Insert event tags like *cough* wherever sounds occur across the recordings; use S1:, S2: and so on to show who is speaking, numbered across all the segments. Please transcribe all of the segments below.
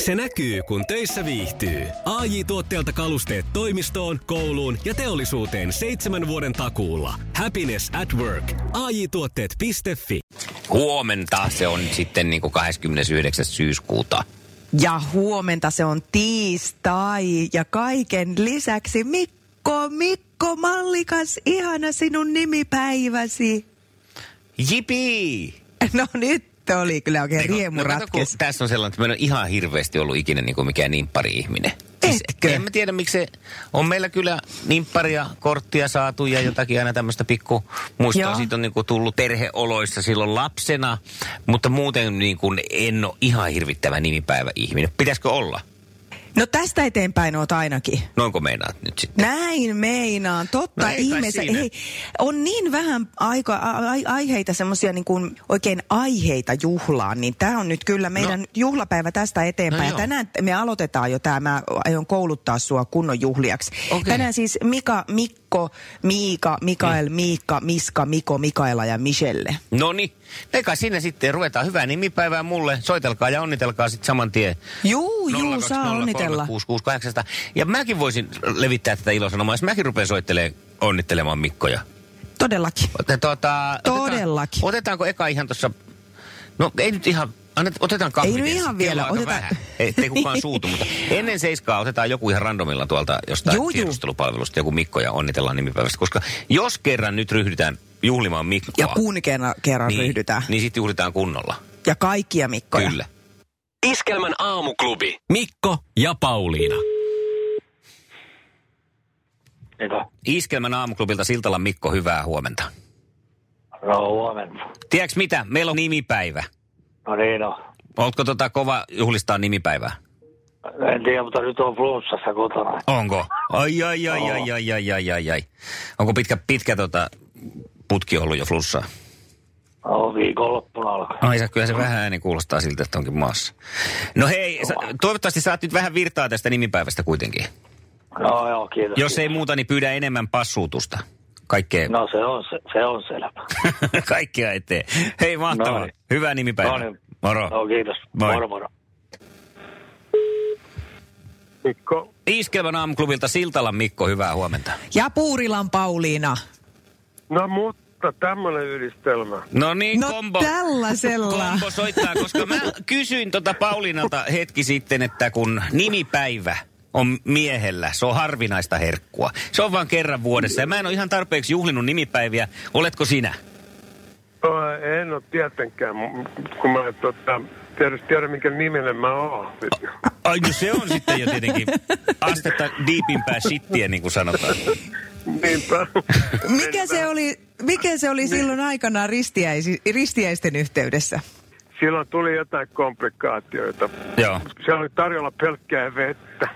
S1: Se näkyy, kun töissä viihtyy. ai tuotteelta kalusteet toimistoon, kouluun ja teollisuuteen seitsemän vuoden takuulla. Happiness at work. ai tuotteetfi
S2: Huomenta se on sitten niin kuin 29. syyskuuta.
S3: Ja huomenta se on tiistai ja kaiken lisäksi Mikko, Mikko Mallikas, ihana sinun nimipäiväsi.
S2: Jipi!
S3: No nyt oli kyllä oikein riemu
S2: no, kato, kun
S3: ratkes.
S2: tässä on sellainen, että meillä on ihan hirveästi ollut ikinä niin kuin mikään nimppari-ihminen. Siis
S3: Etkö?
S2: en mä tiedä, miksi se on meillä kyllä nimpparia, korttia saatu ja jotakin aina tämmöistä pikku muistoa.
S3: Joo.
S2: Siitä on niin kuin tullut perheoloissa silloin lapsena, mutta muuten niin kuin en ole ihan hirvittävä nimipäivä-ihminen. Pitäisikö olla?
S3: No tästä eteenpäin oot ainakin.
S2: Noinko meinaat nyt sitten?
S3: Näin meinaan, totta
S2: No ei kai
S3: ihmeessä.
S2: siinä.
S3: Ei, on niin vähän aika, a- ai- aiheita, semmoisia niin kuin oikein aiheita juhlaan, niin tämä on nyt kyllä meidän
S2: No.
S3: no. juhlapäivä tästä
S2: No
S3: eteenpäin.
S2: joo.
S3: ja tänään me aloitetaan jo tämä, mä aion kouluttaa sua kunnon juhliaksi.
S2: Okei.
S3: Tänään siis Mika, Mikko, Miika, Mikael,
S2: Niin.
S3: Miikka, Miska, Miko, Mikaela ja Michelle.
S2: No niin, eikä siinä sitten ruvetaan hyvää nimipäivää mulle. Soitelkaa ja onnitelkaa sitten saman tien.
S3: Juu, juu,
S2: 0203
S3: saa onnitella.
S2: 668. Ja mäkin voisin levittää tätä ilosanomaa, jos mäkin rupean soittelemaan onnittelemaan Mikkoja.
S3: Todellakin.
S2: Ota, tuota,
S3: Todellakin.
S2: Otetaan, otetaanko eka ihan tuossa... No ei nyt ihan... Annet, otetaan kahvit
S3: Ei nyt
S2: ensin.
S3: ihan
S2: Kello
S3: vielä,
S2: on aika
S3: otetaan-
S2: Vähän. Ei, ei kukaan suutu, mutta ennen seiskaa otetaan joku ihan randomilla tuolta jostain
S3: Juu, juu.
S2: tiedustelupalvelusta, joku Mikko ja onnitellaan nimipäivästä. Koska jos kerran nyt ryhdytään juhlimaan Mikkoa,
S3: Ja kun kerran, kerran
S2: niin,
S3: niin. ryhdytään.
S2: niin sitten juhlitaan kunnolla.
S3: Ja kaikkia Mikkoja.
S2: Kyllä.
S1: Iskelmän aamuklubi. Mikko ja Pauliina.
S4: Eikö?
S2: Iskelmän aamuklubilta Siltalan Mikko, hyvää huomenta.
S4: No huomenta.
S2: Tiedätkö mitä? Meillä on nimipäivä.
S4: No niin no.
S2: Oletko tota kova juhlistaa nimipäivää?
S4: En tiedä, mutta nyt on flunssassa kotona.
S2: Onko? Ai, ai, ai, ai, ai, ai, ai, ai, ai. Onko pitkä, pitkä tota putki ollut jo flussaa?
S4: No viikonloppuna alkaa.
S2: Ai sä, kyllä se vähän ääni kuulostaa siltä, että onkin maassa. No hei, sä, toivottavasti saat nyt vähän virtaa tästä nimipäivästä kuitenkin.
S4: No joo, kiitos.
S2: Jos ei
S4: kiitos.
S2: muuta, niin pyydä enemmän passuutusta. Kaikkea, no.
S4: No se on, se, se on selvä.
S2: *laughs* kaikkea eteen. Hei, mahtavaa.
S4: No niin.
S2: Hyvää
S4: No
S2: nimipäivää.
S4: niin.
S2: Moro.
S4: No kiitos.
S2: Moi.
S4: Moro, moro.
S5: Mikko.
S2: Iskelmän aamuklubilta Siltalan Mikko, hyvää huomenta.
S3: Ja Puurilan Pauliina.
S5: No mutta tämmönen yhdistelmä.
S2: No niin,
S3: No
S2: kombo.
S3: tällaisella.
S2: Kombo soittaa, koska mä kysyin tota Paulinalta hetki sitten, että kun nimipäivä on miehellä, se on harvinaista herkkua. Se on vain kerran vuodessa ja mä en ole ihan tarpeeksi juhlinut nimipäiviä. Oletko sinä?
S5: No, en ole tietenkään, m- kun mä en tota, tietysti tiedä, minkä niminen mä oon.
S2: Ai no se on sitten jo tietenkin *laughs* astetta diipimpää shittiä, niin kuin sanotaan.
S5: Niinpä.
S3: *laughs* Mikä se oli, mikä se oli silloin aikanaan ristiäisi, ristiäisten yhteydessä?
S5: Silloin tuli jotain komplikaatioita.
S2: Joo.
S5: Siellä oli tarjolla
S3: *laughs*
S5: pelkkää vettä.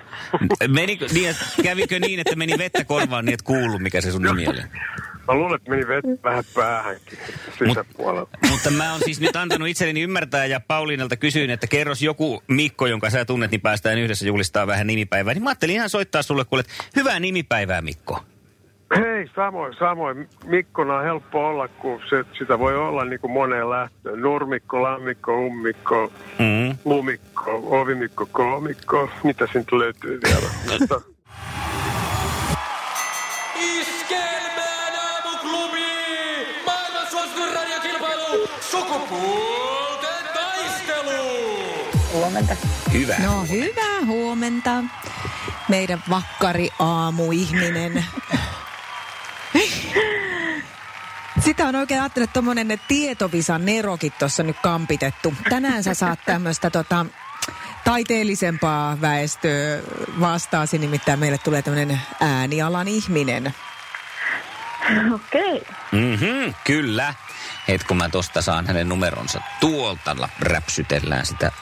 S2: Menikö, niin, että kävikö niin, että meni vettä korvaan niin, että kuulu, mikä se sun nimi oli?
S5: Mä luulen, että meni vettä vähän päähänkin sisäpuolella.
S2: Mutta mä oon siis nyt antanut itselleni ymmärtää ja Pauliinalta kysyin, että kerros joku Mikko, jonka sä tunnet, niin päästään yhdessä julistaa vähän nimipäivää. Niin mä ajattelin ihan soittaa sulle, kuule, että hyvää nimipäivää Mikko.
S5: Hei, samoin, samoin. Mikkona on helppo olla, kun se, sitä voi olla niin kuin moneen lähtöön. Nurmikko, lammikko, ummikko,
S2: Mm.
S5: lumikko, ovimikko, koomikko. Mitä siitä löytyy vielä? Mutta
S6: Iskelmään aamuklubi! Maailman suosituin radiokilpailu! Sukupuolten taistelu!
S7: Huomenta.
S2: Hyvä. No.
S3: No hyvää huomenta, meidän vakkari aamuihminen. Sitä on oikein ajattelut tuommoinen tietovisan nerokin tuossa nyt kampitettu. Tänään sä saat tämmöistä tota, taiteellisempaa väestöä vastaasi, nimittäin meille tulee tämmöinen äänialan ihminen.
S7: Okei.
S2: Mm-hmm, kyllä. Et kun mä tosta saan hänen numeronsa tuolta, la- räpsytellään sitä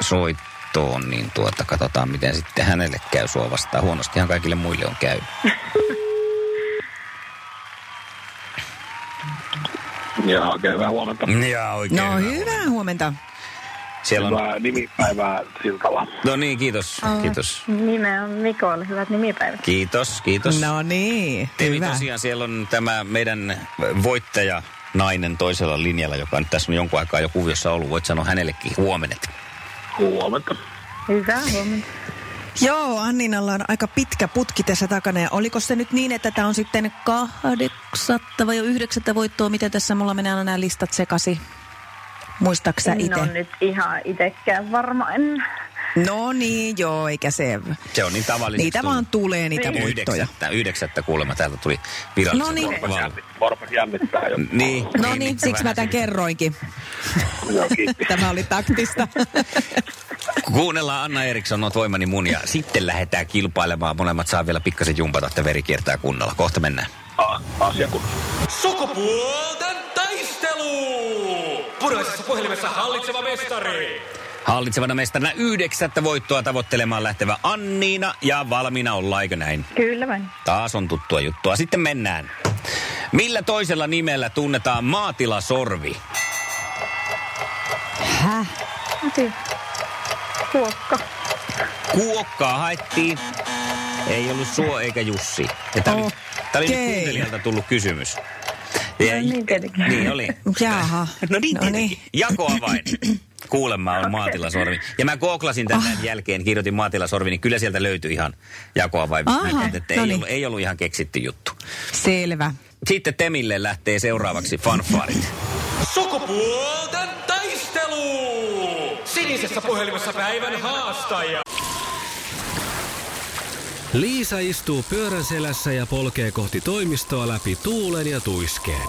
S2: soittoon, niin tuota katsotaan, miten sitten hänelle käy sua vastaan. Huonostihan kaikille muille on käynyt.
S4: *laughs* Joo, oikein hyvää huomenta.
S2: Ja oikein
S3: No hyvää huomenta.
S2: Siellä on...
S4: nimipäivää Siltala.
S2: No niin, kiitos. Kiitos.
S7: Nimeä on Mikolle. Hyvät nimipäivät.
S2: Kiitos, kiitos.
S3: No niin,
S2: Tevi
S3: hyvä.
S2: tosiaan siellä on tämä meidän voittaja nainen toisella linjalla, joka nyt tässä on jonkun aikaa jo kuviossa ollut. Voit sanoa hänellekin huomenet.
S4: Huomenta.
S7: Hyvää huomenta.
S3: Joo, Anninalla on aika pitkä putki tässä takana. Ja oliko se nyt niin, että tämä on sitten kahdeksatta vai jo yhdeksättä voittoa? Miten tässä mulla menee aina nämä listat sekasi? Muistaaksä
S7: En ole
S3: itse?
S7: nyt ihan itsekään varma. En.
S3: No niin, joo, eikä se.
S2: Se on niin tavallisesti.
S3: Niitä vaan tulee niitä
S7: Niin.
S3: voittoja.
S2: Yhdeksättä, yhdeksättä kuulemma täältä tuli virallisen
S3: No niin.
S2: val-
S4: Varpas jännittää jo.
S2: Niin.
S3: No niin, siksi mä tämän kerroinkin.
S4: Joo, kiitti.
S3: Tämä oli
S2: *laughs*
S3: taktista.
S2: Kuunnellaan Anna Eriksson, oot voimani mun ja sitten lähdetään kilpailemaan. Molemmat saa vielä pikkasen jumpata, että veri kiertää kunnolla. Kohta mennään.
S4: A- Asia kun...
S6: Sukupuolten taistelu! Puraisessa puhelimessa hallitseva mestari.
S2: Hallitsevana mestarina yhdeksättä voittoa tavoittelemaan lähtevä Anniina ja valmiina ollaan, eikö näin?
S7: Kyllä vain.
S2: Taas on tuttua juttua. Sitten mennään. Millä toisella nimellä tunnetaan maatilasorvi?
S3: Häh?
S7: Hyvä. Kuokka.
S2: Kuokkaa haettiin. Ei ollut Suo eikä Jussi. Ja Tämä oli, tää oli nyt
S3: Okei.
S2: kuuntelijalta tullut kysymys. Ja,
S7: No niin, tietenkin.
S2: Niin oli. No
S3: Jaha.
S2: niin,
S3: No niin.
S2: tietenkin. Jakoavain. Kuulemma on maatilasorvi. Ja mä koklasin tämän
S3: Ah.
S2: jälkeen, kirjoitin maatilasorvi, niin kyllä sieltä löytyi ihan jakoavain.
S3: Aha,
S2: että
S3: no
S2: ei,
S3: niin.
S2: ollut, ei ollut ihan keksitty juttu.
S3: Selvä.
S2: Sitten Temille lähtee seuraavaksi fanfarit.
S6: Sukupuolten taistelu! Sinisessä puhelimessa päivän haastaja.
S1: Liisa istuu pyörän selässä ja polkee kohti toimistoa läpi tuulen ja tuiskeen.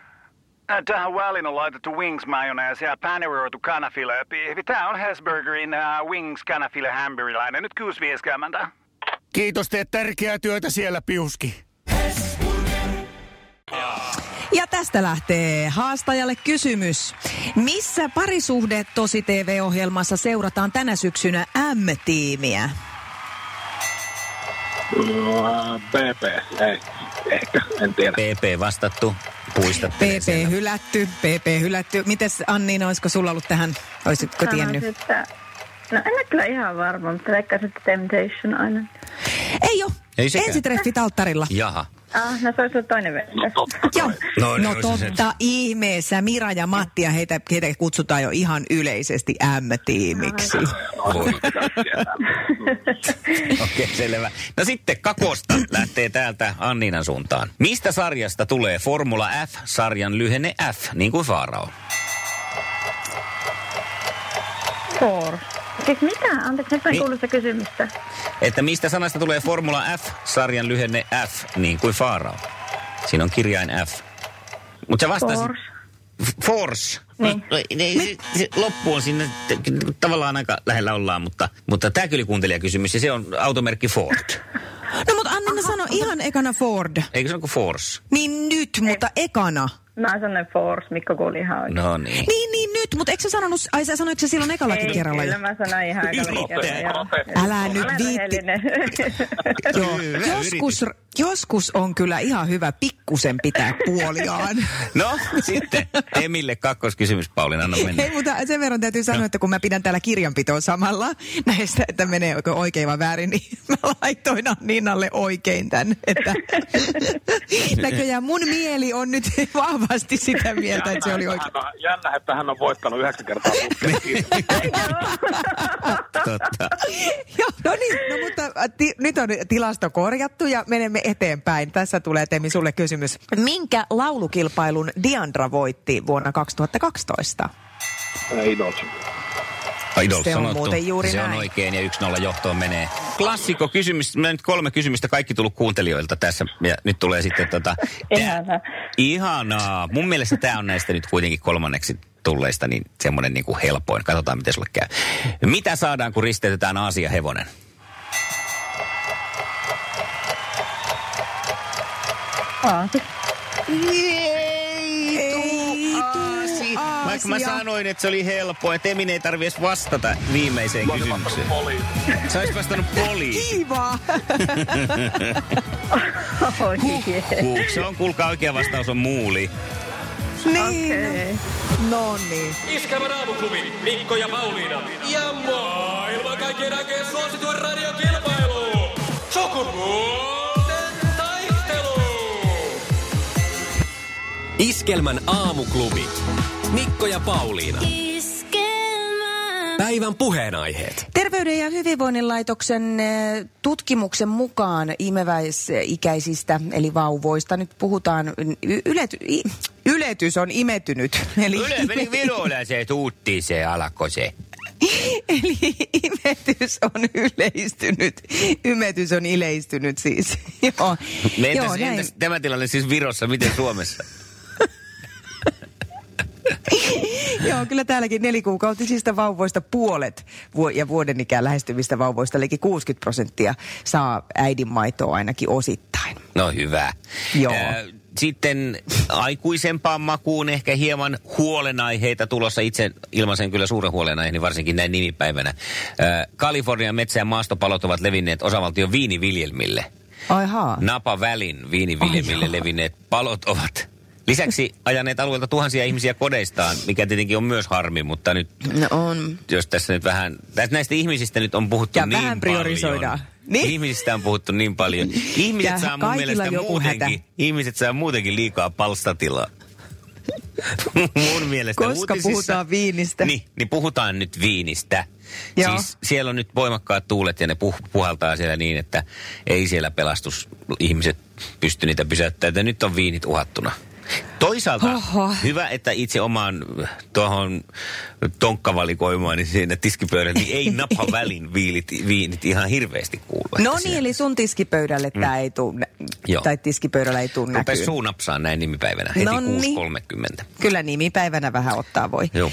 S8: Äh, Tähän väliin on laitettu wings mayonnaise ja paneroitu kanafila. Tämä on Hesburgerin uh, wings kanafila hamburilainen. Nyt kuusi vieskäämäntä.
S9: Kiitos, teet tärkeää työtä siellä, Piuski.
S3: Ja tästä lähtee haastajalle kysymys. Missä parisuhde tosi TV-ohjelmassa seurataan tänä syksynä M-tiimiä?
S4: PP, ei. Ehkä, en tiedä.
S2: PP vastattu. Puistat.
S3: PP hylätty, PP hylätty. Mites Anniina, olisiko sulla ollut tähän, olisitko tiennyt?
S7: Sanoisin, että... No en ole kyllä ihan varma, mutta ehkä se Temptation aina.
S3: Ei oo.
S2: Ei sekään.
S3: Ensitreffit alttarilla.
S2: Jaha.
S7: Ah, no se olisi ollut toinen
S4: No
S7: versio.
S4: totta
S3: Joo.
S4: kai.
S2: *laughs* No,
S3: No,
S2: niin,
S3: no
S2: olisi se.
S3: totta ihmeessä. Mira ja Matti ja heitä, heitä kutsutaan jo ihan yleisesti M-tiimiksi.
S4: No,
S2: Voi. Okei, *laughs* selvä. No sitten kakosta lähtee täältä Anniinan suuntaan. Mistä sarjasta tulee Formula F-sarjan lyhenne F, niin kuin Faarao?
S7: Four. Siis mitä? Anteeksi, nyt mä en
S2: Niin.
S7: kuullut sitä kysymystä.
S2: Että mistä sanasta tulee Formula F-sarjan lyhenne F, niin kuin Faarao? Siinä on kirjain F. Mutta se vastasi...
S7: Force.
S2: F- Force.
S7: Niin.
S2: No, no, ei, se, se loppu on siinä, te- tavallaan aika lähellä ollaan, mutta, mutta tämä kyllä kuuntelijakysymys, ja se on automerkki Ford.
S3: No mutta Anniina sano ihan ekana Ford.
S2: Eikö se ole kuin Force?
S3: Niin nyt, mutta ekana.
S7: Mä sanoin Force, Mikko kuuli ihan oikein.
S2: No niin.
S3: Niin, niin nyt, mutta eikö sä sanonut, ai sä sanoitko sä silloin ekallakin
S7: Ei,
S3: kerralla jo?
S7: Kyllä mä sanoin ihan aikalainen kerran, joo.
S3: Älä nyt
S7: Olen
S3: viitti. *laughs*
S7: *laughs* rehellinen.
S3: Joo. Joskus, joskus on kyllä ihan hyvä pikkusen pitää puoliaan.
S2: No, sitten Emille kakkoskysymys, Pauliina, anna mennä.
S3: Hei, mutta sen verran täytyy sanoa, että kun mä pidän täällä kirjanpitoa samalla näistä, että meneekö oikein vai väärin, niin *laughs* mä laitoin Anninnalle oikein tän. Että näköjään mun mieli on nyt *laughs* vahvasti sitä mieltä, että se oli oikein.
S4: Jännä, jännä, että hän on voittanut yhdeksän kertaa putkeen.
S2: Totta.
S3: *laughs* Joo, no niin, no mutta ti- nyt on tilasto korjattu ja menemme eteenpäin. Tässä tulee Temi sulle kysymys. Minkä laulukilpailun Diandra voitti vuonna 2012?
S4: Ei nouse.
S2: Idol
S3: Se on
S2: sanottu.
S3: muuten juuri
S2: Se on
S3: näin.
S2: oikein ja 1-0 johtoon menee. Klassikko kysymys. Meillä on nyt kolme kysymystä kaikki tullut kuuntelijoilta tässä. Ja nyt tulee sitten tota...
S7: Ihanaa.
S2: Ihanaa. Mun mielestä tämä on näistä nyt kuitenkin kolmanneksi tulleista niin semmoinen niin kuin helpoin. Katsotaan, miten sulle käy. Mitä saadaan, kun risteytetään Aasia hevonen?
S7: Aa,
S3: Ei tuu aasi.
S2: Mä Eikö mä
S3: asia.
S2: sanoin, että se oli helppo, että Emin ei tarvi edes vastata viimeiseen
S4: Mä olisin
S2: kysymykseen.
S4: vastannut poliisi.
S2: Sä olis vastannut poliisi.
S3: Kiivaa.
S7: Oi, jee.
S2: Kuu. Se on, kuulkaa, oikea vastaus on muuli.
S3: *laughs* niin.
S7: Okei.
S3: No niin.
S6: Iskävän aamuklubi, Mikko ja Pauliina. Ja maailman kaikkien aikeen suosituen radiokilpailu. Sukupuolten taistelu.
S1: Iskelmän aamuklubi. Mikko ja Pauliina. Päivän puheenaiheet.
S3: Terveyden ja hyvinvoinnin laitoksen eh, tutkimuksen mukaan imeväisikäisistä, eli vauvoista, nyt puhutaan, y- ylety, i- yletys on imetynyt. Eli,
S2: Yle meni virolaiseen tuuttiin se alkoi se.
S3: *laughs* eli imetys on yleistynyt. Ymetys on ileistynyt siis. *laughs* Joo,
S2: Entäs,
S3: Joo,
S2: Joo,
S3: näin.
S2: entäs tämä tilanne siis Virossa, miten Suomessa?
S3: Joo, kyllä täälläkin nelikuukautisista vauvoista puolet vuo- ja vuoden ikään lähestyvistä vauvoista, eli 60 prosenttia saa äidinmaitoa ainakin osittain.
S2: No hyvä.
S3: Joo.
S2: Ää, Sitten aikuisempaan makuun ehkä hieman huolenaiheita tulossa. Itse ilmaisen kyllä suuren huolenaiheen, varsinkin näin nimipäivänä. Ää, Kalifornian metsä- ja maastopalot ovat levinneet osavaltion viiniviljelmille.
S3: Ai haa.
S2: Napavälin viiniviljelmille
S3: Ai joo.
S2: levinneet palot ovat lisäksi ajaneet alueelta tuhansia ihmisiä kodeistaan, mikä tietenkin on myös harmi, mutta nyt
S3: No on.
S2: jos tässä nyt vähän, tästä näistä ihmisistä nyt on puhuttu
S3: Ja
S2: niin
S3: vähän priorisoidaan.
S2: paljon.
S3: Niin.
S2: Ihmisistä on puhuttu niin paljon. Ihmiset
S3: Ja
S2: saa mun
S3: kaikilla
S2: mielestä
S3: joku
S2: muutenkin,
S3: hätä.
S2: ihmiset saa muutenkin liikaa palstatilaa. *laughs* mun mielestä
S3: Koska
S2: uutisissa-
S3: puhutaan viinistä.
S2: Niin, niin puhutaan nyt viinistä.
S3: Joo.
S2: Siis siellä on nyt voimakkaat tuulet ja ne puh- puhaltaa siellä niin, että ei siellä pelastus ihmiset pysty niitä pysäyttämään. että Nyt on viinit uhattuna. Toisaalta
S3: Oho.
S2: hyvä, että itse omaan tuohon tonkkavalikoimaan niin siinä tiskipöydällä niin ei
S3: *laughs*
S2: napa välin viinit, viinit ihan hirveästi kuulu.
S3: No niin, eli sun tiskipöydälle mm. tämä ei tuu, nä-
S2: Joo.
S3: tai tiskipöydällä ei tuu
S2: Rupes
S3: näkyy.
S2: suu napsaa näin nimipäivänä heti
S3: Nonni.
S2: 6.30.
S3: Kyllä nimipäivänä vähän ottaa voi.
S2: Joo.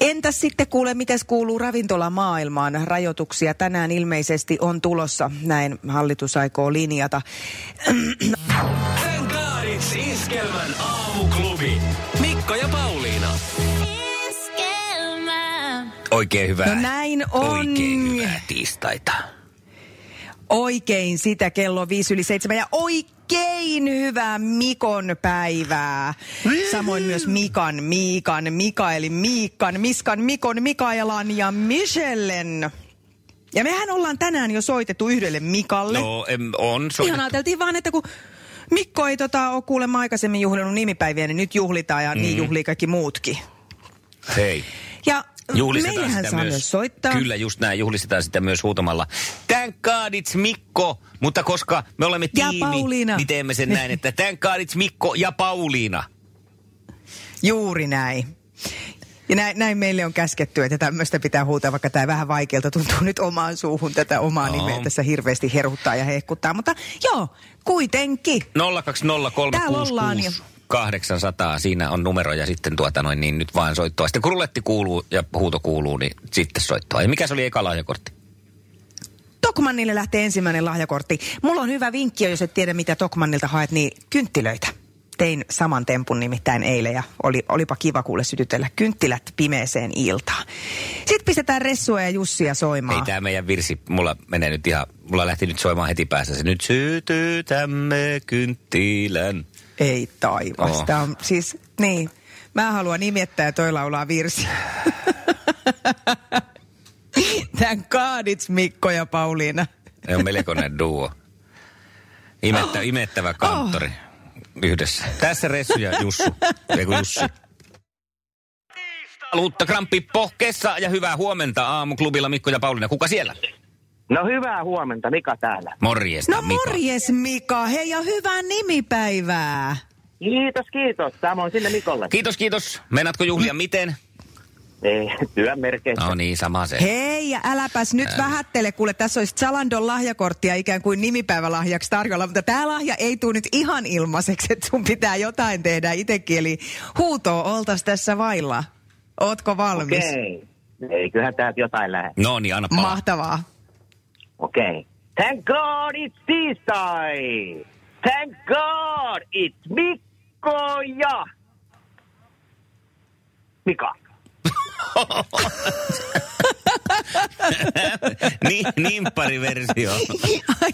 S3: Entäs sitten kuule, mitäs kuuluu ravintolamaailmaan? Rajoituksia tänään ilmeisesti on tulossa, näin hallitus aikoo linjata.
S1: Henkaarit Iskelmän aamuklubi. Mikko ja Pauliina.
S2: Oikein hyvää.
S3: No näin on.
S2: Oikein hyvää tiistaita.
S3: Oikein sitä kello 5 yli 7 ja oikein hyvää Mikon päivää. Samoin myös Mikan, Miikan, Mikaelin, Miikkan, Miskan, Mikon, Mikaelan ja Michellen. Ja mehän ollaan tänään jo soitettu yhdelle Mikalle.
S2: No, em, on
S3: Ihan
S2: soitettu.
S3: ajateltiin vaan, että kun Mikko ei tota, ole kuulemma aikaisemmin juhlinut nimipäiviä, niin nyt juhlitaan ja mm. niin juhlii kaikki muutkin.
S2: Hei.
S3: Ja
S2: Juhlistetaan
S3: meillähän
S2: sitä
S3: saa myös,
S2: myös
S3: soittaa.
S2: Kyllä, just näin. Juhlistetaan sitä myös huutamalla. Thank God it's Mikko. Mutta koska me olemme
S3: Ja
S2: tiimi,
S3: Pauliina.
S2: niin teemme sen näin, että thank God it's Mikko ja Pauliina.
S3: Juuri näin. Ja näin, näin meille on käsketty, että tämmöistä pitää huutaa, vaikka tämä vähän vaikealta tuntuu nyt omaan suuhun tätä omaa
S2: Joo.
S3: nimeä tässä hirveästi heruttaa ja hehkuttaa. Mutta joo, kuitenkin.
S2: 020366800.
S3: Täällä ollaan jo.
S2: 800, siinä on numero ja sitten tuota noin, niin nyt vaan soittoa. Sitten kun ruletti kuuluu ja huuto kuuluu, niin sitten soittoa. Ja mikä se oli eka lahjakortti?
S3: Tokmannille lähtee ensimmäinen lahjakortti. Mulla on hyvä vinkki, jos et tiedä mitä Tokmannilta haet, niin kynttilöitä. Tein saman tempun nimittäin eilen ja oli, olipa kiva kuule sytytellä kynttilät pimeeseen iltaan. Sitten pistetään Ressua ja Jussia soimaan.
S2: Ei tämä meidän virsi, mulla menee nyt ihan, mulla lähti nyt soimaan heti päässä se. Nyt sytytämme kynttilän.
S3: Ei taivas.
S2: Oo.
S3: Tää on siis, niin. Mä haluan nimettää ja toi laulaa virsi. *laughs* Tän kaadits Mikko ja Pauliina.
S2: Ne on melkoinen *laughs* duo. Imettä, imettävä kanttori yhdessä. Tässä Ressu ja Jussu. Eiku Jussi. Luutta Kramppi pohkeessa ja hyvää huomenta aamuklubilla Mikko ja Pauliina. Kuka siellä?
S10: No hyvää huomenta, Mika täällä.
S2: Morjesta
S3: No
S2: Mika.
S3: morjes Mika, hei ja hyvää nimipäivää.
S10: Kiitos, kiitos. Samoin sinne Mikolle.
S2: Kiitos, kiitos. Meinaatko juhlia miten?
S10: Ei, työn merkeissä.
S2: No niin, sama se.
S3: Hei ja äläpäs nyt vähättele, kuule tässä olisi Zalandon lahjakorttia ikään kuin nimipäivälahjaksi tarjolla, mutta tämä lahja ei tule nyt ihan ilmaiseksi, että sun pitää jotain tehdä itsekin, eli huutoa oltas tässä vailla. Ootko valmis?
S10: Okei. Eiköhän täältä jotain lähde.
S2: No niin, anna palaa.
S3: Mahtavaa.
S10: Okei. Thank God it's tiistai! Thank God it's Mikko ja... Mika.
S2: niin,
S3: *laughs*
S2: nimppariversio.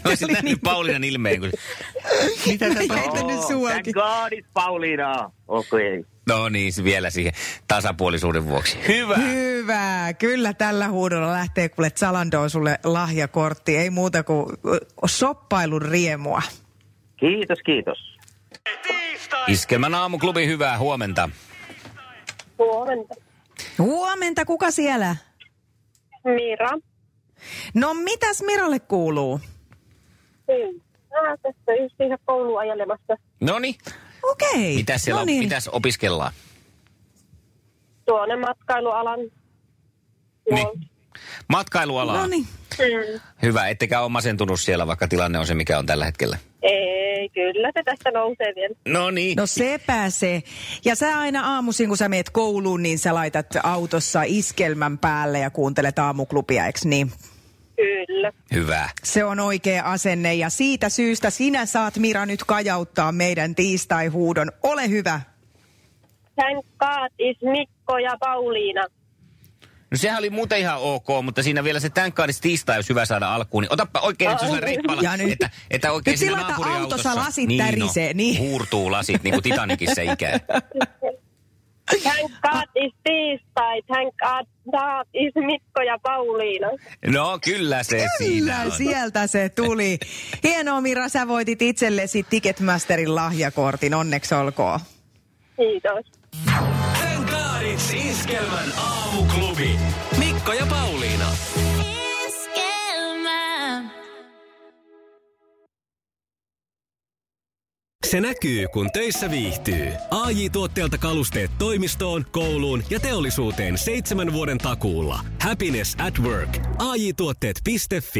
S2: Olisin nähnyt
S3: niin
S2: Paulinan ilmeen, kun... Mitä tapahtuu?
S10: thank God it's Pauliina. Okei. Okay.
S2: No niin, se vielä siihen tasapuolisuuden vuoksi. Hyvä.
S3: Hyvä. Kyllä tällä huudolla lähtee kuule Zalandoon sulle lahjakortti. Ei muuta kuin ö, shoppailun riemua.
S10: Kiitos, kiitos.
S2: Iskelmän aamuklubi, hyvää huomenta.
S11: Huomenta.
S3: Huomenta, kuka siellä?
S11: Mira.
S3: No mitäs Miralle kuuluu?
S11: Niin. Ah, tässä just ihan kouluun ajelemassa
S2: Noni,
S3: Okei.
S2: No niin, mitäs siellä
S3: no
S2: on,
S3: niin.
S2: mitäs opiskellaan?
S11: tuonne matkailualan.
S2: Niin. Matkailualaa.
S3: No niin.
S11: Mm.
S2: Hyvä, ettekä ole masentunut siellä, vaikka tilanne on se, mikä on tällä hetkellä.
S11: Ei, kyllä se tästä nousee vielä.
S2: No niin.
S3: No sepä se. Ja sä aina aamuisin, kun sä meet kouluun, niin sä laitat autossa iskelmän päälle ja kuuntelet aamuklubia, eikö niin?
S11: Kyllä.
S2: Hyvä.
S3: Se on oikea asenne ja siitä syystä sinä saat Mira nyt kajauttaa meidän tiistai-huudon. Ole hyvä.
S11: Thank God is Mikko ja Pauliina.
S2: No sehän oli muuten ihan ok, mutta siinä vielä se tänkkaadis tiistai, jos hyvä saada alkuun, niin otapa oikein nyt sellainen reippaalla,
S3: Ja nyt.
S2: että, että oikein
S3: Nyt
S2: siinä
S3: silata
S2: naapuriautossa-
S3: autossa lasit
S2: niin,
S3: tärisee, niin.
S2: Huurtuu lasit, niin kuin Titanicissa ikään.
S11: Thank God is tiistai. Thank God, God is Mikko ja Pauliina.
S2: No kyllä se siinä
S3: Kyllä,
S2: on.
S3: sieltä se
S2: *laughs*
S3: tuli. Hienoa Mira, sä voitit itsellesi Ticketmasterin lahjakortin. Onneksi olkoon.
S11: Kiitos.
S6: Thank God it's Iskelmän aamuklubi. Mikko ja Pauliina.
S1: Se näkyy, kun töissä viihtyy. ai tuotteelta kalusteet toimistoon, kouluun ja teollisuuteen seitsemän vuoden takuulla. Happiness at work. AJ-tuotteet.fi.